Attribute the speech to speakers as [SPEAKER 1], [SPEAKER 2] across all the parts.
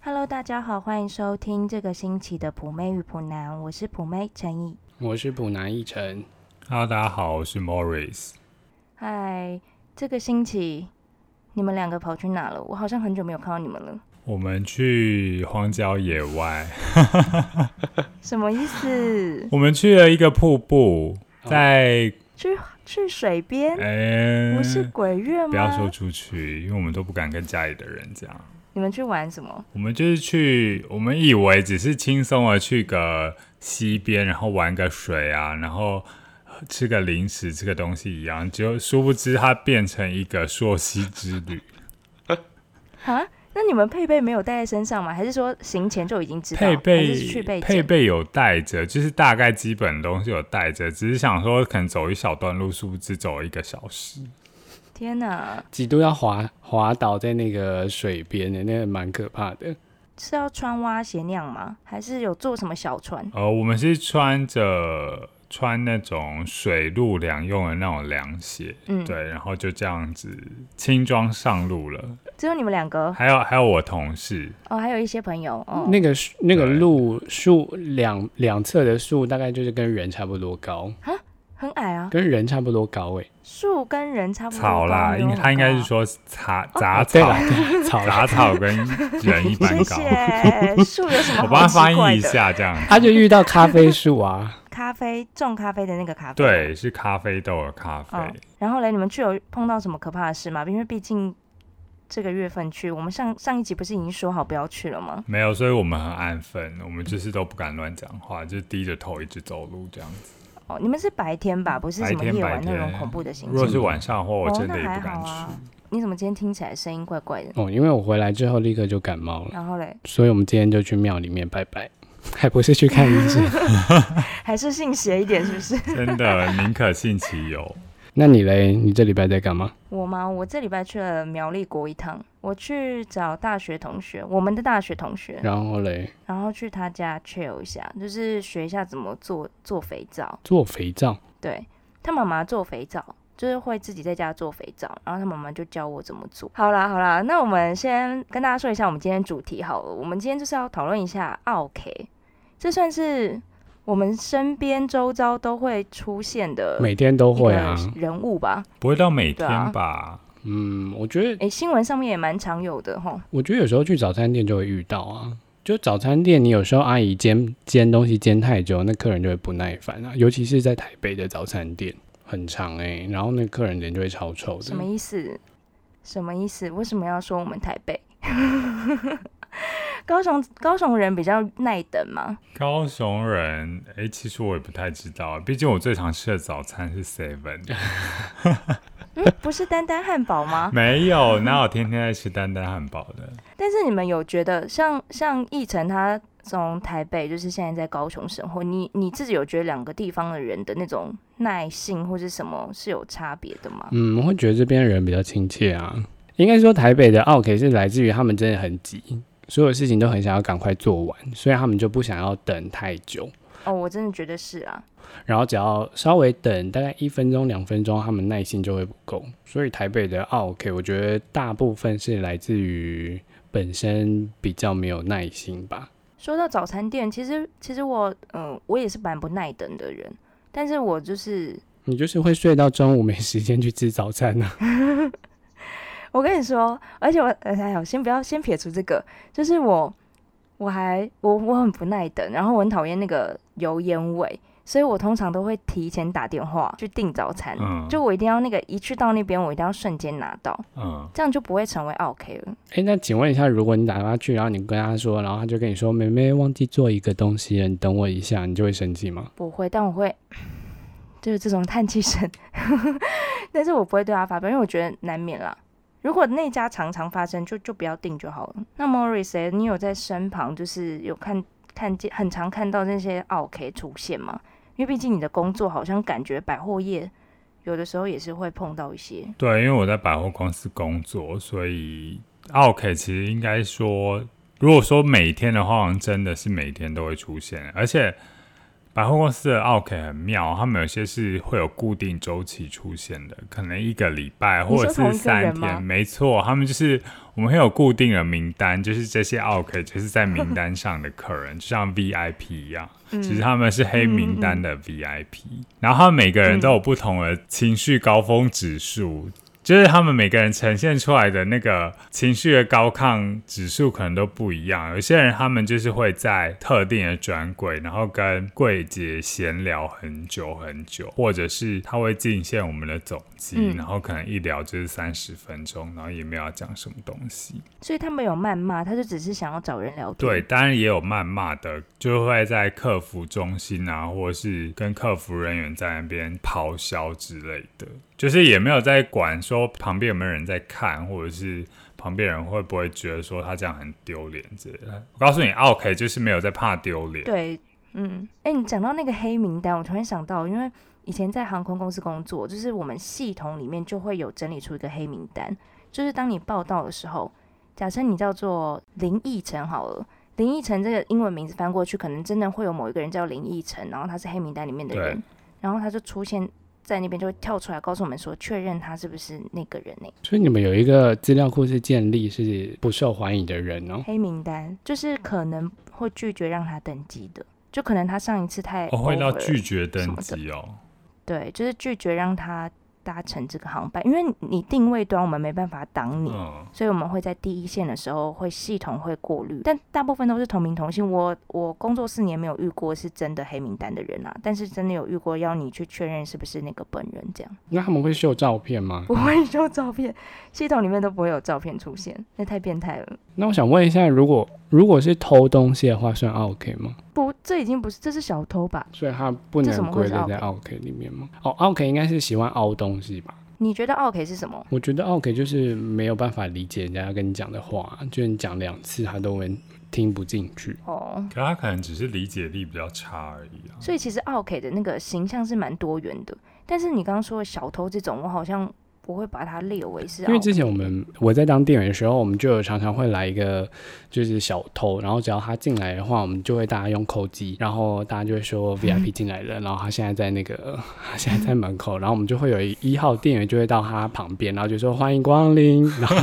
[SPEAKER 1] Hello，大家好，欢迎收听这个星期的普妹与普男，我是普妹陈怡。
[SPEAKER 2] 我是普南一晨，
[SPEAKER 3] Hello，大家好，我是 Morris。
[SPEAKER 1] 嗨，这个星期你们两个跑去哪了？我好像很久没有看到你们了，
[SPEAKER 3] 我们去荒郊野外，
[SPEAKER 1] 什么意思？
[SPEAKER 3] 我们去了一个瀑布，在
[SPEAKER 1] 去去水边？
[SPEAKER 3] 嗯、
[SPEAKER 1] 哎不是鬼月吗？
[SPEAKER 3] 不要说出去，因为我们都不敢跟家里的人讲。
[SPEAKER 1] 你们去玩什么？
[SPEAKER 3] 我们就是去，我们以为只是轻松的去个溪边，然后玩个水啊，然后吃个零食、吃个东西一样，就殊不知它变成一个溯溪之旅。
[SPEAKER 1] 啊？那你们配备没有带在身上吗？还是说行前就已经知道？
[SPEAKER 3] 配
[SPEAKER 1] 还
[SPEAKER 3] 备
[SPEAKER 1] 是去备件
[SPEAKER 3] 配备有带着，就是大概基本东西有带着，只是想说可能走一小段路，殊不知走了一个小时。
[SPEAKER 1] 天哪，
[SPEAKER 2] 几度要滑滑倒在那个水边的，那个蛮可怕的。
[SPEAKER 1] 是要穿蛙鞋那样吗？还是有做什么小船？
[SPEAKER 3] 呃，我们是穿着穿那种水陆两用的那种凉鞋，
[SPEAKER 1] 嗯
[SPEAKER 3] 对，然后就这样子轻装上路了。
[SPEAKER 1] 只有你们两个
[SPEAKER 3] 还有还有我同事，
[SPEAKER 1] 哦，还有一些朋友哦。
[SPEAKER 2] 那个树那个
[SPEAKER 3] 对
[SPEAKER 2] 路树两两侧的树大概就是跟人差不多高，
[SPEAKER 1] 很矮啊，
[SPEAKER 2] 跟人差不多高哎、
[SPEAKER 1] 树跟人差不多
[SPEAKER 3] 草啦，
[SPEAKER 1] 高
[SPEAKER 3] 应
[SPEAKER 1] 没有
[SPEAKER 3] 他应该
[SPEAKER 1] 很
[SPEAKER 3] 是
[SPEAKER 1] 高哦
[SPEAKER 3] 说杂杂
[SPEAKER 2] 对
[SPEAKER 3] 草，
[SPEAKER 2] 了，草 啦，
[SPEAKER 3] 杂草跟人一般
[SPEAKER 1] 谢
[SPEAKER 3] 高。
[SPEAKER 1] 谢树有什么
[SPEAKER 3] 我帮他
[SPEAKER 1] 好奇怪
[SPEAKER 3] 翻
[SPEAKER 1] 的？
[SPEAKER 3] 译一下，这样
[SPEAKER 2] 他就遇到咖啡树啊，
[SPEAKER 1] 咖啡种咖啡的那个咖啡。。
[SPEAKER 3] 对，是咖啡豆的咖啡。
[SPEAKER 1] 哦，然后嘞，你们去有碰到什么可怕的事吗？因为毕竟这个月份去，我们上上一集不是已经说好不要去了吗？
[SPEAKER 3] 没有，所以我们很安分，我们就是都不敢乱讲话，就低着头一直走路这样子。
[SPEAKER 1] 哦，你们是白天吧，不是什么
[SPEAKER 3] 嗯白天
[SPEAKER 1] 夜晚
[SPEAKER 3] 白
[SPEAKER 1] 那
[SPEAKER 3] 天
[SPEAKER 1] 种恐怖的行
[SPEAKER 3] 如果
[SPEAKER 1] 程。
[SPEAKER 3] 是晚上的话，我真的
[SPEAKER 1] 哦、
[SPEAKER 3] 也
[SPEAKER 1] 那还
[SPEAKER 3] 不敢
[SPEAKER 1] 好
[SPEAKER 3] 去。
[SPEAKER 1] 啊。你怎么今天听起来声音怪怪的？
[SPEAKER 2] 哦，因为我回来之后立刻就感冒了，
[SPEAKER 1] 然后嘞，
[SPEAKER 2] 所以我们今天就去庙里面拜拜，还不是去看医 生。
[SPEAKER 1] 还是信邪一点，是不是？
[SPEAKER 3] 真的，宁可信其有。
[SPEAKER 2] 那你嘞？你这礼拜在干嘛？
[SPEAKER 1] 我吗？我这礼拜去了苗栗国一趟，我去找大学同学，我们的大学同学，
[SPEAKER 2] 然后嘞，
[SPEAKER 1] 然后去他家 chill 一下，就是学一下怎么做做肥皂。
[SPEAKER 2] 做肥皂，
[SPEAKER 1] 对他妈妈做肥皂，就是会自己在家做肥皂，然后他妈妈就教我怎么做。好啦好啦，那我们先跟大家说一下我们今天主题好了，我们今天就是要讨论一下奥 K，这算是我们身边周遭都会出现的
[SPEAKER 2] 每天都
[SPEAKER 1] 呃一
[SPEAKER 2] 会
[SPEAKER 1] 个
[SPEAKER 2] 啊。
[SPEAKER 1] 人物吧？
[SPEAKER 3] 不会到每
[SPEAKER 1] 对啊
[SPEAKER 3] 天吧？
[SPEAKER 2] 嗯，我觉得
[SPEAKER 1] 诶，新闻上面也蛮常有的吼。
[SPEAKER 2] 我觉得有时候去早餐店就会遇到啊，就早餐店你有时候阿姨煎煎东西煎太久，那客人就会不耐烦啊，尤其是在台北的早餐店很长哎、然后那客人脸就会超臭的
[SPEAKER 1] 什么。意思？什么意思？为什么要说我们台北？ 高雄高雄人比较耐等吗？
[SPEAKER 3] 高雄人，哎、其实我也不太知道，毕竟我最常吃的早餐是 Seven，
[SPEAKER 1] 嗯，不是丹丹汉堡吗？
[SPEAKER 3] 没有，哪有天天在吃丹丹汉堡的？
[SPEAKER 1] 但是你们有觉得像像奕晨他从台北就是现在在高雄生活，你你自己有觉得两个地方的人的那种耐性或是什么是有差别的吗？
[SPEAKER 2] 嗯，我会觉得这边人比较亲切啊。应该说台北的 OK 是来自于他们真的很急，所有事情都很想要赶快做完，所以他们就不想要等太久。
[SPEAKER 1] 哦，我真的觉得是啊，
[SPEAKER 2] 然后只要稍微等大概一分钟、两分钟，他们耐心就会不够。所以台北的 OK，我觉得大部分是来自于本身比较没有耐心吧。
[SPEAKER 1] 说到早餐店，其实其实我嗯、呃我也是蛮不耐等的人，但是我就是
[SPEAKER 2] 你就是会睡到中午没时间去吃早餐 啊？
[SPEAKER 1] 我跟你说，而且我呃，哎呦，先不要先撇除这个，就是我我还我我很不耐等，然后我很讨厌那个油烟味，所以我通常都会提前打电话去订早餐，
[SPEAKER 3] 嗯
[SPEAKER 1] 就我一定要那个一去到那边，我一定要瞬间拿到，
[SPEAKER 3] 嗯，
[SPEAKER 1] 这样就不会成为 OK 了。
[SPEAKER 2] 哎，那请问一下，如果你打电话去，然后你跟他说，然后他就跟你说：“妹妹忘记做一个东西了，你等我一下。”你就会生气吗？
[SPEAKER 1] 不会，但我会就是这种叹气声， 但是我不会对他发飙，因为我觉得难免啦。如果那家常常发生，就就不要订就好了。那 Morris，、欸、你有在身旁就是有看看见很常看到那些 OK 出现吗？因为毕竟你的工作好像感觉百货业有的时候也是会碰到一些，
[SPEAKER 3] 对，因为我在百货公司工作，所以 OK 其实应该说，如果说每天的话，好像真的是每天都会出现，而且百货公司的 OK 很妙，他们有些是会有固定周期出现的，可能一个礼拜
[SPEAKER 1] 你
[SPEAKER 3] 或
[SPEAKER 1] 说
[SPEAKER 3] 者
[SPEAKER 1] 同
[SPEAKER 3] 是
[SPEAKER 1] 一个
[SPEAKER 3] 三
[SPEAKER 1] 人吗
[SPEAKER 3] 天，没错，他们就是我们会有固定的名单，就是这些 OK 就是在名单上的 客人，就像 VIP 一样，
[SPEAKER 1] 嗯
[SPEAKER 3] 其实他们是黑名单的 VIP，、然后他们每个
[SPEAKER 1] 嗯
[SPEAKER 3] 人都有不同的情绪高峰指数。就是他们每个人呈现出来的那个情绪的高亢指数可能都不一样。有些人他们就是会在特定的专柜，然后跟柜姐闲聊很久很久，或者是他会进线我们的总机，
[SPEAKER 1] 嗯
[SPEAKER 3] 然后可能一聊就是三十分钟，然后也没有要讲什么东西。
[SPEAKER 1] 所以他没有谩骂，他就只是想要找人聊天。
[SPEAKER 3] 对，，当然也有谩骂的，就会在客服中心啊，或是跟客服人员在那边咆哮之类的，就是也没有在管说旁边有没有人在看，或者是旁边人会不会觉得说他这样很丢脸之类的。我告诉你，OK 就是没有在怕丢脸。
[SPEAKER 1] 对，嗯，哎、你讲到那个黑名单，我突然想到，因为以前在航空公司工作，就是我们系统里面就会有整理出一个黑名单，就是当你报到的时候，假设你叫做林奕晨好了。林奕晨这个英文名字翻过去，可能真的会有某一个人叫林奕晨，然后他是黑名单里面的
[SPEAKER 3] 对
[SPEAKER 1] 人，然后他就出现在那边，就会跳出来告诉我们说，确认他是不是那个人呢、欸
[SPEAKER 2] 所以你们有一个资料库是建立是不受欢迎的人哦。
[SPEAKER 1] 黑名单就是可能会拒绝让他登记的，就可能他上一次太
[SPEAKER 3] 哦，会到
[SPEAKER 1] over 了
[SPEAKER 3] 拒绝
[SPEAKER 1] 什
[SPEAKER 3] 登
[SPEAKER 1] 么的
[SPEAKER 3] 记哦。
[SPEAKER 1] 对，就是拒绝让他搭乘这个航班，因为你定位端我们没办法挡你，
[SPEAKER 3] 嗯，
[SPEAKER 1] 所以我们会在第一线的时候会系统会过滤，但大部分都是同名同姓。我我工作四年没有遇过是真的黑名单的人啊，但是真的有遇过要你去确认是不是那个本人这样，
[SPEAKER 2] 那他们会秀照片吗？
[SPEAKER 1] 不会有照片，系统里面都不会有照片出现，那太变态了。
[SPEAKER 2] 那我想问一下，如果如果是偷东西的话，算 OK 吗？
[SPEAKER 1] 不，这已经不是，这是小偷吧？
[SPEAKER 2] 所以它不
[SPEAKER 1] 这怎么
[SPEAKER 2] 能
[SPEAKER 1] 会
[SPEAKER 2] 归
[SPEAKER 1] 是
[SPEAKER 2] 类在 OK 里面吗？哦，OK 应该是喜欢凹东西吧？
[SPEAKER 1] 你觉得 OK 是什么？
[SPEAKER 2] 我觉得 OK 就是没有办法理解人家跟你讲的话，就是你讲两次他都会听不进去。
[SPEAKER 1] 哦，
[SPEAKER 3] 可他可能只是理解力比较差而已啊。
[SPEAKER 1] 所以其实奥 K 的那个形象是蛮多元的，但是你刚刚说的小偷这种，我好像不会把它列为是
[SPEAKER 2] 因为
[SPEAKER 1] OK。
[SPEAKER 2] 之前我们我在当店员的时候，我们就有常常会来一个就是小偷，然后只要他进来的话，我们就会大家用扣机，然后大家就会说 VIP 进来了，然后他现在在那个 他现在在门口，然后我们就会有一一号店员就会到他旁边，然后就说欢迎光临，然后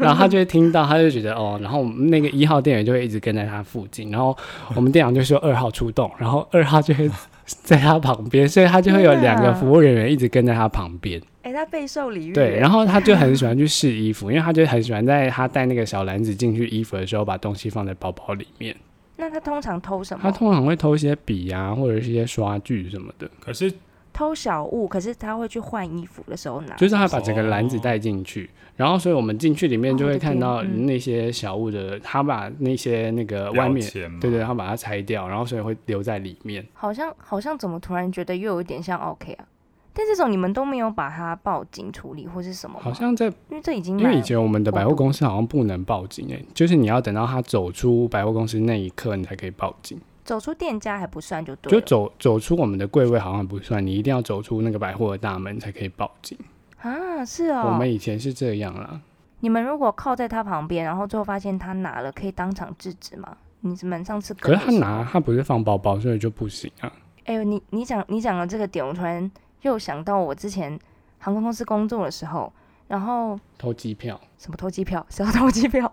[SPEAKER 2] 然后他就会听到，他就觉得哦，然后我们那个一号店员就会一直跟在他附近，然后我们店长就说二号出动，然后二号就会 在他旁边，所以他就会有两
[SPEAKER 1] 天
[SPEAKER 2] 个
[SPEAKER 1] 哪
[SPEAKER 2] 服务人员一直跟在他旁边。
[SPEAKER 1] 哎、他备受礼遇。
[SPEAKER 2] 对，
[SPEAKER 1] 后
[SPEAKER 2] 然后他就很喜欢去试衣服，因为他就很喜欢在他带那个小篮子进去衣服的时候，把东西放在包包里面。
[SPEAKER 1] 那他通常偷什
[SPEAKER 2] 他
[SPEAKER 1] 么？
[SPEAKER 2] 通常会偷一些笔啊，或者是一些刷具什么的，
[SPEAKER 3] 可是
[SPEAKER 1] 偷小物，可是他会去换衣服的时候拿。
[SPEAKER 2] 就是他把整个篮子带进去。然后，所以我们进去里面就会看
[SPEAKER 1] 哦我
[SPEAKER 2] 到
[SPEAKER 1] 的天嗯
[SPEAKER 2] 那些小物的，他把那些那个外
[SPEAKER 3] 标
[SPEAKER 2] 面，
[SPEAKER 3] 签嘛
[SPEAKER 2] 对对，他把它拆掉，然后所以会留在里面。
[SPEAKER 1] 好像好像怎么突然觉得又有点像 OK 啊？但这种你们都没有把它报警处理或是什么吗？
[SPEAKER 2] 好像在
[SPEAKER 1] 因为这已经
[SPEAKER 2] 因为以
[SPEAKER 1] 蛮
[SPEAKER 2] 前我们的百货公司好像不能报警诶、欸就是你要等到他走出百货公司那一刻，你才可以报警。
[SPEAKER 1] 走出店家还不算就对
[SPEAKER 2] 就
[SPEAKER 1] 了。
[SPEAKER 2] 走走出我们的柜位好像不算，你一定要走出那个百货的大门才可以报警。
[SPEAKER 1] 啊，是
[SPEAKER 2] 我
[SPEAKER 1] 哦。
[SPEAKER 2] 们以前是这样啦，
[SPEAKER 1] 你们如果靠在他旁边，然后最后发现他拿了，可以当场制止吗？你们上次
[SPEAKER 2] 可
[SPEAKER 1] 跟
[SPEAKER 2] 是他
[SPEAKER 1] 的时候
[SPEAKER 2] 拿他不是放包包，所以就不行啊。
[SPEAKER 1] 哎呦，你你讲你讲的这个点，我突然又想到我之前航空公司工作的时候，然后
[SPEAKER 2] 偷机票，
[SPEAKER 1] 什么偷机票， 谁要偷机票？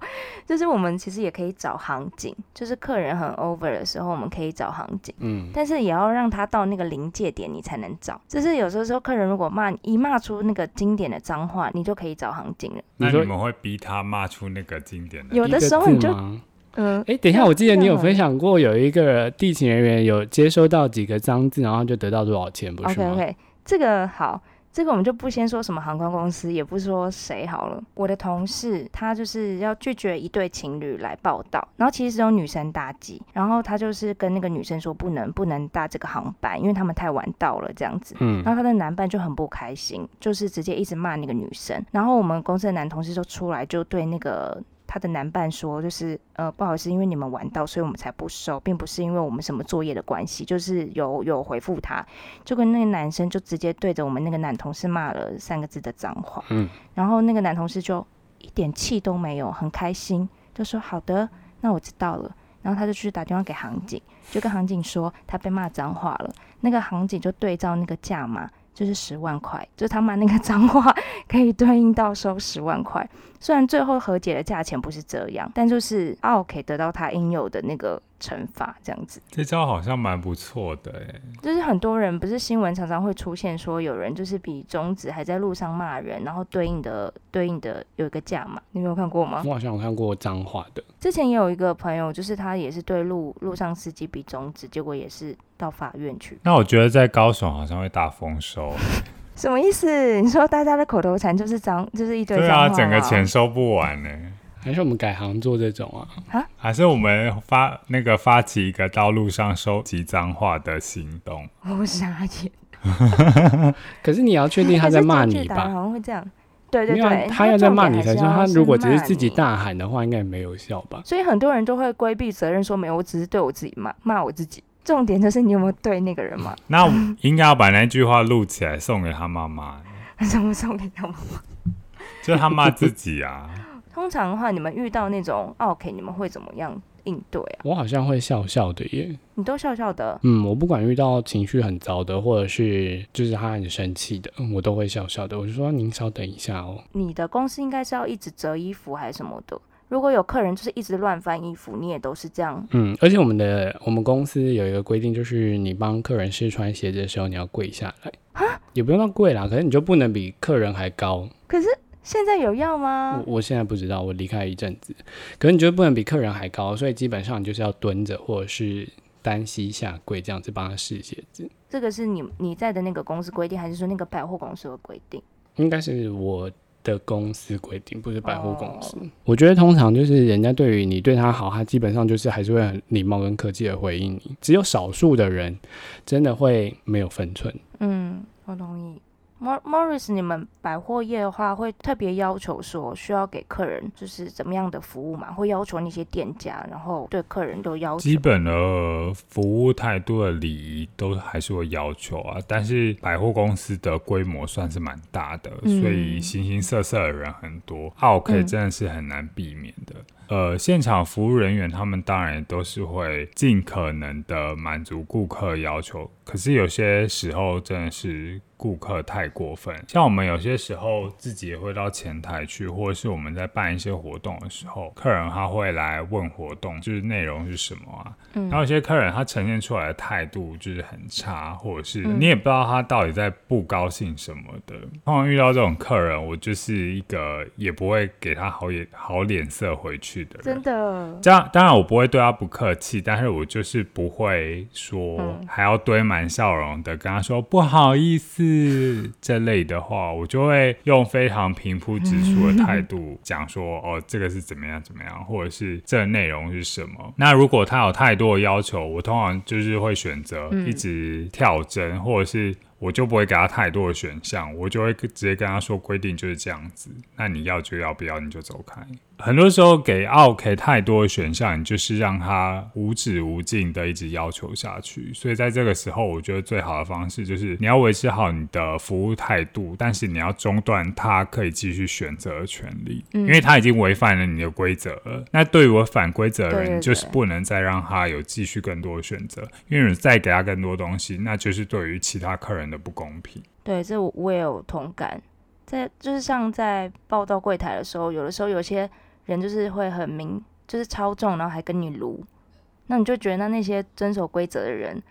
[SPEAKER 1] 就是我们其实也可以找航警，就是客人很 over 的时候，我们可以找航警，
[SPEAKER 2] 嗯，
[SPEAKER 1] 但是也要让他到那个临界点，你才能找。就是有时候说客人如果骂你一骂出那个经典的脏话，你就可以找航警了。
[SPEAKER 3] 那
[SPEAKER 2] 说
[SPEAKER 3] 你们会逼他骂出那个经典的
[SPEAKER 1] 有的时候
[SPEAKER 2] 一
[SPEAKER 1] 你
[SPEAKER 2] 个字
[SPEAKER 1] 就
[SPEAKER 2] 吗？
[SPEAKER 1] 嗯，
[SPEAKER 2] 哎、等一下，我记得你有
[SPEAKER 1] 这样
[SPEAKER 2] 分享过，有一个地勤人员有接收到几个脏字，然后就得到多少钱，不是
[SPEAKER 1] OK
[SPEAKER 2] 吗
[SPEAKER 1] OK，这个好，这个我们就不先说什么航空公司，也不说谁好了。我的同事他就是要拒绝一对情侣来报道，然后其实只有女生搭机，然后他就是跟那个女生说不能不能搭这个航班，因为他们太晚到了这样子。
[SPEAKER 2] 嗯
[SPEAKER 1] 然后他的男伴就很不开心，就是直接一直骂那个女生。然后我们公司的男同事就出来就对那个他的男伴说，就是呃不好意思，因为你们晚到，所以我们才不收，并不是因为我们什么作业的关系，就是有有回复他，就跟那个男生就直接对着我们那个男同事骂了三个字的脏话。
[SPEAKER 2] 嗯，
[SPEAKER 1] 然后那个男同事就一点气都没有，很开心，就说好的，那我知道了。然后他就去打电话给航警，就跟航警说他被骂脏话了。那个航警就对照那个价码，就是十万块，就是他骂那个脏话可以对应到收十万块。虽然最后和解的价钱不是这样，但就是奥 K 得到他应有的那个惩罚，这样子。
[SPEAKER 3] 这招好像蛮不错的哎。
[SPEAKER 1] 就是很多人不是新闻常常会出现说有人就是比中指还在路上骂人，然后对应的对应的有一个价码，你没有看过吗？
[SPEAKER 2] 我好像有看过脏话的，
[SPEAKER 1] 之前也有一个朋友，就是他也是对路路上司机比中指，结果也是到法院去。
[SPEAKER 3] 那我觉得在高雄好像会大丰收，
[SPEAKER 1] 什么意思？ 你说大家的口头禅就是脏，就是一堆
[SPEAKER 3] 对
[SPEAKER 1] 脏话
[SPEAKER 3] 啊，
[SPEAKER 1] 吗
[SPEAKER 3] 整个钱收不完呢。
[SPEAKER 2] 还是我们改行做这种啊？
[SPEAKER 3] 还是我们发那个发起一个到路上收集脏话的行动？
[SPEAKER 1] 我傻眼。
[SPEAKER 2] 可是你要确定他在骂你
[SPEAKER 1] 还是中指打
[SPEAKER 2] 吧？
[SPEAKER 1] 好像会这样。对对
[SPEAKER 2] 没有啊
[SPEAKER 1] 对，，
[SPEAKER 2] 他要在骂你才
[SPEAKER 1] 重
[SPEAKER 2] 算。
[SPEAKER 1] 点还
[SPEAKER 2] 他
[SPEAKER 1] 是要
[SPEAKER 2] 如果只是自己
[SPEAKER 1] 骂
[SPEAKER 2] 大喊的话，应该也没有效吧
[SPEAKER 1] 你，？所以很多人都会规避责任，说没有，我只是对我自己骂骂我自己。重点就是你有没有对那个人骂？
[SPEAKER 3] 那我应该要把那句话录起来送给他妈妈，
[SPEAKER 1] 怎么送给他们？
[SPEAKER 3] 就他骂自己啊。
[SPEAKER 1] 通常的话，你们遇到那种 OK，你们会怎么样应对啊？
[SPEAKER 2] 我好像会笑笑的耶。
[SPEAKER 1] 你都笑笑的，
[SPEAKER 2] 嗯，我不管遇到情绪很糟的，或者是就是他很生气的，嗯我都会笑笑的。我就说您稍等一下哦。
[SPEAKER 1] 你的公司应该是要一直折衣服还是什么的。如果有客人就是一直乱翻衣服，你也都是这样。
[SPEAKER 2] 嗯，而且我们的我们公司有一个规定，就是你帮客人试穿鞋子的时候，你要跪下来。也不用到跪啦，可是你就不能比客人还高。
[SPEAKER 1] 可是现在有要吗？
[SPEAKER 2] 我我现在不知道，我离开一阵子，可是你就不能比客人还高，所以基本上你就是要蹲着或者是单膝下跪这样子帮他试鞋子。
[SPEAKER 1] 这个是你你在的那个公司规定，还是说那个百货公司的规定？
[SPEAKER 2] 应该是我的公司规定，不是百货公司。
[SPEAKER 1] 哦
[SPEAKER 2] 我觉得通常就是人家对于你对他好，他基本上就是还是会很礼貌跟客气的回应你。只有少数的人真的会没有分寸。
[SPEAKER 1] 嗯，我同意。Mor Morris，你们百货业的话，会特别要求说需要给客人就是怎么样的服务嘛？会要求那些店家，然后对客人都要求
[SPEAKER 3] 基。本的服务态度的礼仪都还是会要求啊，但是百货公司的规模算是蛮大的，
[SPEAKER 1] 嗯
[SPEAKER 3] 所以形形色色的人很多，OK
[SPEAKER 1] 嗯
[SPEAKER 3] 真的是很难避免的。呃，现场服务人员他们当然也都是会尽可能的满足顾客要求，可是有些时候真的是顾客太过分。像我们有些时候自己也会到前台去，或者是我们在办一些活动的时候，客人他会来问活动就是内容是什么啊，
[SPEAKER 1] 嗯
[SPEAKER 3] 然后有些客人他呈现出来的态度就是很差，或者是
[SPEAKER 1] 嗯
[SPEAKER 3] 你也不知道他到底在不高兴什么的。通常遇到这种客人，我就是一个也不会给他好眼好脸色回去的人
[SPEAKER 1] 真。的，
[SPEAKER 3] 这样当然我不会对他不客气，但是我就是不会说
[SPEAKER 1] 嗯
[SPEAKER 3] 还要堆满笑容的跟他说不好意思这类的话，我就会用非常平铺直述的态度 讲说哦这个是怎么样怎么样，或者是这内容是什么。那如果他有太多的要求，我通常就是会选择
[SPEAKER 1] 嗯
[SPEAKER 3] 一直跳针，或者是。我就不会给他太多的选项，我就会直接跟他说规定就是这样子，那你要就要，不要你就走开。很多时候给 OK 太多的选项，你就是让他无止无尽的一直要求下去。所以在这个时候，我觉得最好的方式就是你要维持好你的服务态度，但是你要中断他可以继续选择的权利，
[SPEAKER 1] 嗯
[SPEAKER 3] 因为他已经违反了你的规则了。那对于我反规则的
[SPEAKER 1] 对对
[SPEAKER 3] 人，就是
[SPEAKER 1] 对
[SPEAKER 3] 不能再让他有继续更多的选择，因为你再给他更多东西，那就是对于其他客人的不公平。
[SPEAKER 1] 对，这我我也有同感。在就是像在报到柜台的时候，有的时候有些人就是会很明，就是超重，然后还跟你撸，那你就觉得那那些遵守规则的人，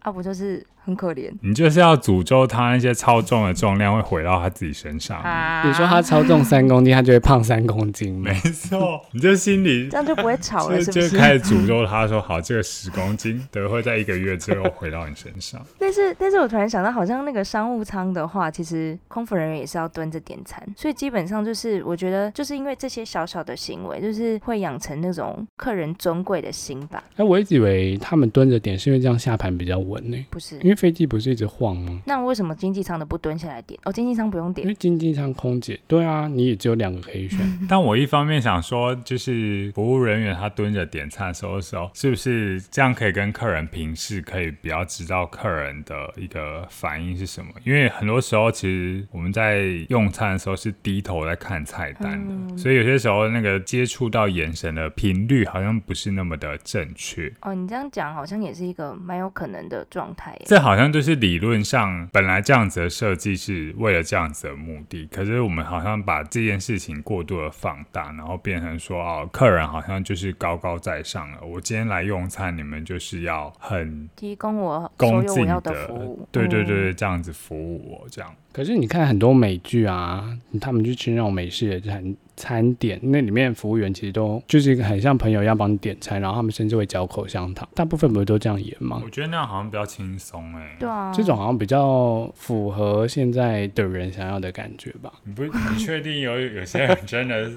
[SPEAKER 1] 啊，不就是很可怜
[SPEAKER 3] 你就是要诅咒他那些超重的重量会回到他自己身上。
[SPEAKER 1] 啊？
[SPEAKER 2] 你说他超重三公斤，他就会胖三公斤吗
[SPEAKER 3] 没？错，你就心里
[SPEAKER 1] 这样就不会吵 了，是不
[SPEAKER 3] 就是就？开始诅咒他说：“好，这个十公斤， 等会在一个月之后回到你身上。
[SPEAKER 1] 但是，但是我突然想到，好像那个商务舱的话，其实空服人员也是要蹲着点餐，所以基本上就是，我觉得就是因为这些小小的行为，就是会养成那种客人尊贵的心吧，
[SPEAKER 2] 哎，我一直以为他们蹲着点是因为这样下盘比较稳呢、
[SPEAKER 1] 不是
[SPEAKER 2] 因？为为飞机不是一直晃吗？
[SPEAKER 1] 那为什么经济舱的不蹲下来点？哦，经济舱不用
[SPEAKER 2] 因
[SPEAKER 1] 点
[SPEAKER 2] 为经济舱空姐，对啊，你也只有两个可以选。
[SPEAKER 3] 但我一方面想说，就是服务人员他蹲着点餐收的时候，是不是这样可以跟客人平视，可以比较知道客人的一个反应是什么？因为很多时候其实我们在用餐的时候是低头在看菜单的，
[SPEAKER 1] 嗯
[SPEAKER 3] 所以有些时候那个接触到眼神的频率好像不是那么的正确。
[SPEAKER 1] 哦。你这样讲好像也是一个蛮有可能的状态耶。
[SPEAKER 3] 这好像就是理论上本来这样子的设计是为了这样子的目的，可是我们好像把这件事情过度的放大，然后变成说哦，客人好像就是高高在上了。我今天来用餐，你们就是要很
[SPEAKER 1] 提供我所
[SPEAKER 3] 恭
[SPEAKER 1] 有
[SPEAKER 3] 敬
[SPEAKER 1] 我要的
[SPEAKER 3] 的
[SPEAKER 1] 服务，，
[SPEAKER 3] 对对
[SPEAKER 1] 嗯
[SPEAKER 3] 对，这样子服务我这样。
[SPEAKER 2] 可是你看很多美剧啊，他们去吃那种美式的餐餐点，那里面服务员其实都就是一个很像朋友一样帮你点餐，然后他们甚至会嚼口香糖，大部分不是都这样演吗？
[SPEAKER 3] 我觉得那样好像比较轻松哎、
[SPEAKER 1] 对啊，
[SPEAKER 2] 这种好像比较符合现在的人想要的感觉吧，
[SPEAKER 3] 你不你确定有有些人真的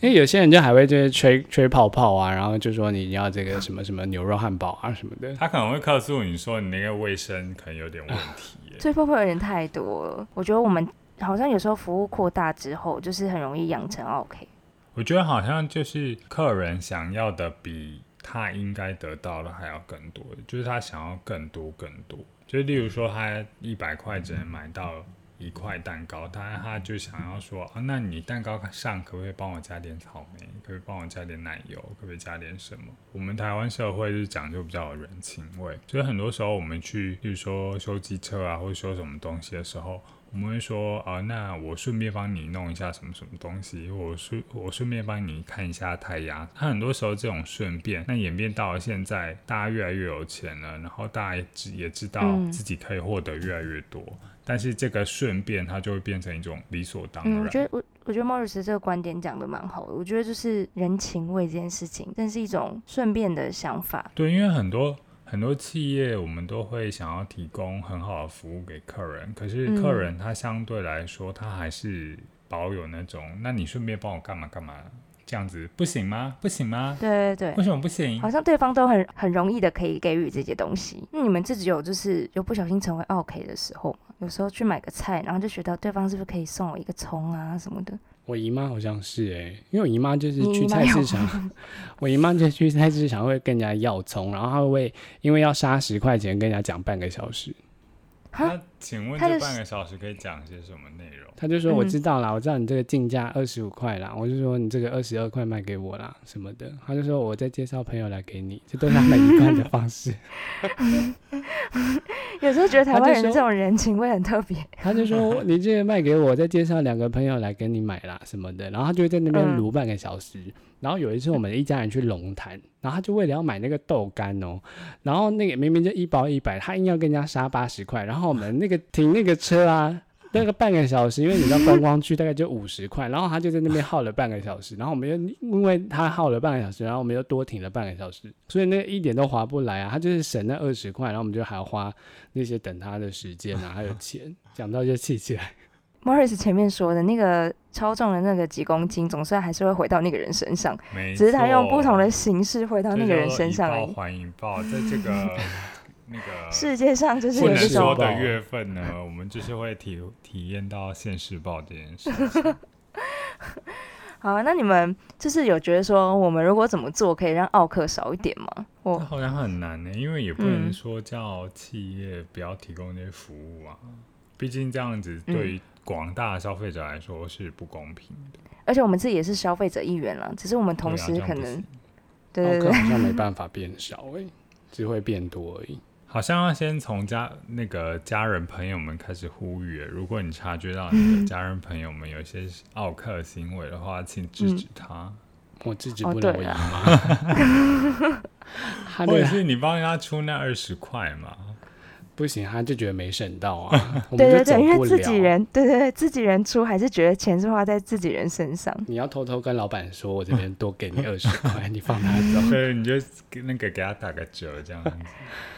[SPEAKER 2] 因为有些人就还会就是吹吹泡泡啊，然后就说你要这个什么什么牛肉汉堡啊什么的，
[SPEAKER 3] 他可能会告诉你说你那个卫生可能有点问题、欸。
[SPEAKER 1] 吹泡泡有点太多了。我觉得我们好像有时候服务扩大之后，就是很容易养成 OK。
[SPEAKER 3] 我觉得好像就是客人想要的比他应该得到的还要更多，就是他想要更多更多。就例如说，他一百块只能买到一块蛋糕，但是他就想要说，啊，那你蛋糕上可不可以帮我加点草莓？可不可以帮我加点奶油？可不可以加点什么？我们台湾社会是讲究比较有人情味，所以很多时候我们去，例如说修机车啊，或者修什么东西的时候，我们会说啊、那我顺便帮你弄一下什么什么东西，我顺我顺便帮你看一下胎压。他很多时候这种顺便，那演变到了现在，大家越来越有钱了，然后大家也知也知道
[SPEAKER 1] 嗯
[SPEAKER 3] 自己可以获得越来越多，但是这个顺便它就会变成一种理所当
[SPEAKER 1] 嗯，
[SPEAKER 3] 然。
[SPEAKER 1] 我觉得我我觉得 Morris 这个观点讲的蛮好的。我觉得就是人情味这件事情，真是一种顺便的想法。
[SPEAKER 3] 对，因为很多很多企业，我们都会想要提供很好的服务给客人，可是客
[SPEAKER 1] 嗯
[SPEAKER 3] 人他相对来说，他还是保有那种，那你顺便帮我干嘛干嘛，这样子不行吗？不行吗？
[SPEAKER 1] 对对
[SPEAKER 3] 为
[SPEAKER 1] 对。
[SPEAKER 3] 什么不行
[SPEAKER 1] 好？像对方都很很容易的可以给予这些东西，那你们自己有就是有不小心成为 OK 的时候吗有时候去买个菜，然后就学到对方是不是可以送我一个葱啊什么的，
[SPEAKER 2] 我姨妈好像是哎、因为我姨妈就是
[SPEAKER 1] 你
[SPEAKER 2] 去
[SPEAKER 1] 姨妈
[SPEAKER 2] 菜
[SPEAKER 1] 嗯有
[SPEAKER 2] 市场，我姨妈就是去菜市场会跟人家要葱，然后她会因为要杀十块钱跟人家讲半个小时，
[SPEAKER 3] 那请问
[SPEAKER 1] 他
[SPEAKER 3] 这
[SPEAKER 1] 的
[SPEAKER 3] 半
[SPEAKER 1] 是
[SPEAKER 3] 个小时可以讲些什么内容？
[SPEAKER 2] 她就说我
[SPEAKER 1] 嗯
[SPEAKER 2] 知道啦，我知道你这个进价二十五块啦，我就说你这个二十二块卖给我啦什么的，她就说我再介绍朋友来给你，这都是她买一贯的方式。
[SPEAKER 1] 有时候觉得台
[SPEAKER 2] 他就
[SPEAKER 1] 湾人的
[SPEAKER 2] 说
[SPEAKER 1] 这种人情味很特别。
[SPEAKER 2] 她就说你这个卖给我，再介绍两个朋友来跟你买啦什么的，然后她就会在那边
[SPEAKER 1] 嗯
[SPEAKER 2] 撸半个小时。然后有一次我们一家人去龙潭，然后她就为了要买那个豆干哦，然后那个明明就一包一百，她硬要跟人家杀八十块，然后我们那个停那个车啊。那个半个小时，因为你知道观光区大概就五十块，然后她就在那边耗了半个小时，然后我们又因为她耗了半个小时，然后我们又多停了半个小时，所以那个一点都划不来啊，她就是省那二十块，然后我们就还要花那些等她的时间啊，还有钱，讲到就气起来。
[SPEAKER 1] Morris 前面说的那个超重的那个几公斤，总算还是会回到那个人身上，
[SPEAKER 3] 没
[SPEAKER 1] 只是他用
[SPEAKER 3] 错
[SPEAKER 1] 不同的形式回到
[SPEAKER 3] 这
[SPEAKER 1] 那个
[SPEAKER 3] 叫
[SPEAKER 1] 人
[SPEAKER 3] 做
[SPEAKER 1] 身
[SPEAKER 3] 以
[SPEAKER 1] 上而
[SPEAKER 3] 暴
[SPEAKER 1] 已。
[SPEAKER 3] 还引爆，在 这个那个
[SPEAKER 1] 世界上就是
[SPEAKER 3] 不
[SPEAKER 1] 有
[SPEAKER 3] 能
[SPEAKER 1] 这
[SPEAKER 2] 现世
[SPEAKER 1] 种
[SPEAKER 3] 说
[SPEAKER 2] 报
[SPEAKER 3] 的月份呢， 我们就是会体体验到现世报这件 事。
[SPEAKER 1] 好，那你们就是有觉得说，我们如果怎么做可以让奥克少一点吗？
[SPEAKER 3] 这
[SPEAKER 1] 我
[SPEAKER 3] 好像很难呢、因为也不能
[SPEAKER 1] 嗯
[SPEAKER 3] 说叫企业不要提供这些服务啊，毕竟这样子对于广大消费者来说是不公平的。
[SPEAKER 1] 而且我们自己也是消费者一员了，只是我们同
[SPEAKER 3] 对啊这
[SPEAKER 1] 时
[SPEAKER 3] 样
[SPEAKER 1] 可
[SPEAKER 3] 不
[SPEAKER 1] 能
[SPEAKER 3] 行
[SPEAKER 1] 对
[SPEAKER 2] 奥
[SPEAKER 1] 对
[SPEAKER 2] 克
[SPEAKER 1] 对，
[SPEAKER 2] 好像没办法变少哎、只会变多而已。
[SPEAKER 3] 好像要先从家那个家人朋友们开始呼吁，如果你察觉到你的家人朋友们有一些傲客行为的话，请制止他，
[SPEAKER 2] 我制止
[SPEAKER 1] 哦
[SPEAKER 2] 不
[SPEAKER 1] 对啊
[SPEAKER 2] 了我姨
[SPEAKER 1] 啦
[SPEAKER 2] 妈，她 就
[SPEAKER 3] 或者是
[SPEAKER 1] 啊
[SPEAKER 3] 你帮他出那二十块 嘛。
[SPEAKER 2] 不行，她就觉得没省到啊，我
[SPEAKER 1] 对
[SPEAKER 2] 们
[SPEAKER 1] 对
[SPEAKER 2] 就走
[SPEAKER 1] 对，因
[SPEAKER 2] 不
[SPEAKER 1] 为自己
[SPEAKER 2] 了。
[SPEAKER 1] 人，对对对，自己人出还是觉得钱是花在自己人身上。
[SPEAKER 2] 你要偷偷跟老板说，我这边多给你二十块，你放他走。
[SPEAKER 3] 对，你就给那个给他打个折，这样子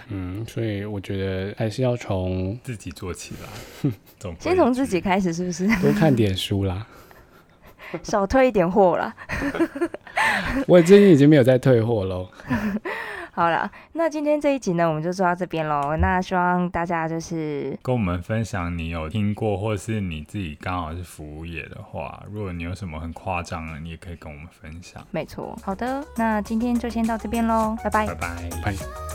[SPEAKER 2] 嗯，所以我觉得还是要从
[SPEAKER 3] 自己做起来。 总归
[SPEAKER 1] 先从自
[SPEAKER 3] 一句
[SPEAKER 1] 己开始，是不是？
[SPEAKER 2] 多看点书啦。
[SPEAKER 1] 少退一点货啦。
[SPEAKER 2] 我最近已经没有在退货喽。
[SPEAKER 1] 好了，那今天这一集呢，我们就做到这边喽。那希望大家就是
[SPEAKER 3] 跟我们分享你有听过，或是你自己刚好是服务业的话，如果你有什么很夸张的，你也可以跟我们分享。
[SPEAKER 1] 没错，好的，那今天就先到这边喽，拜拜
[SPEAKER 3] 拜。拜
[SPEAKER 2] 拜。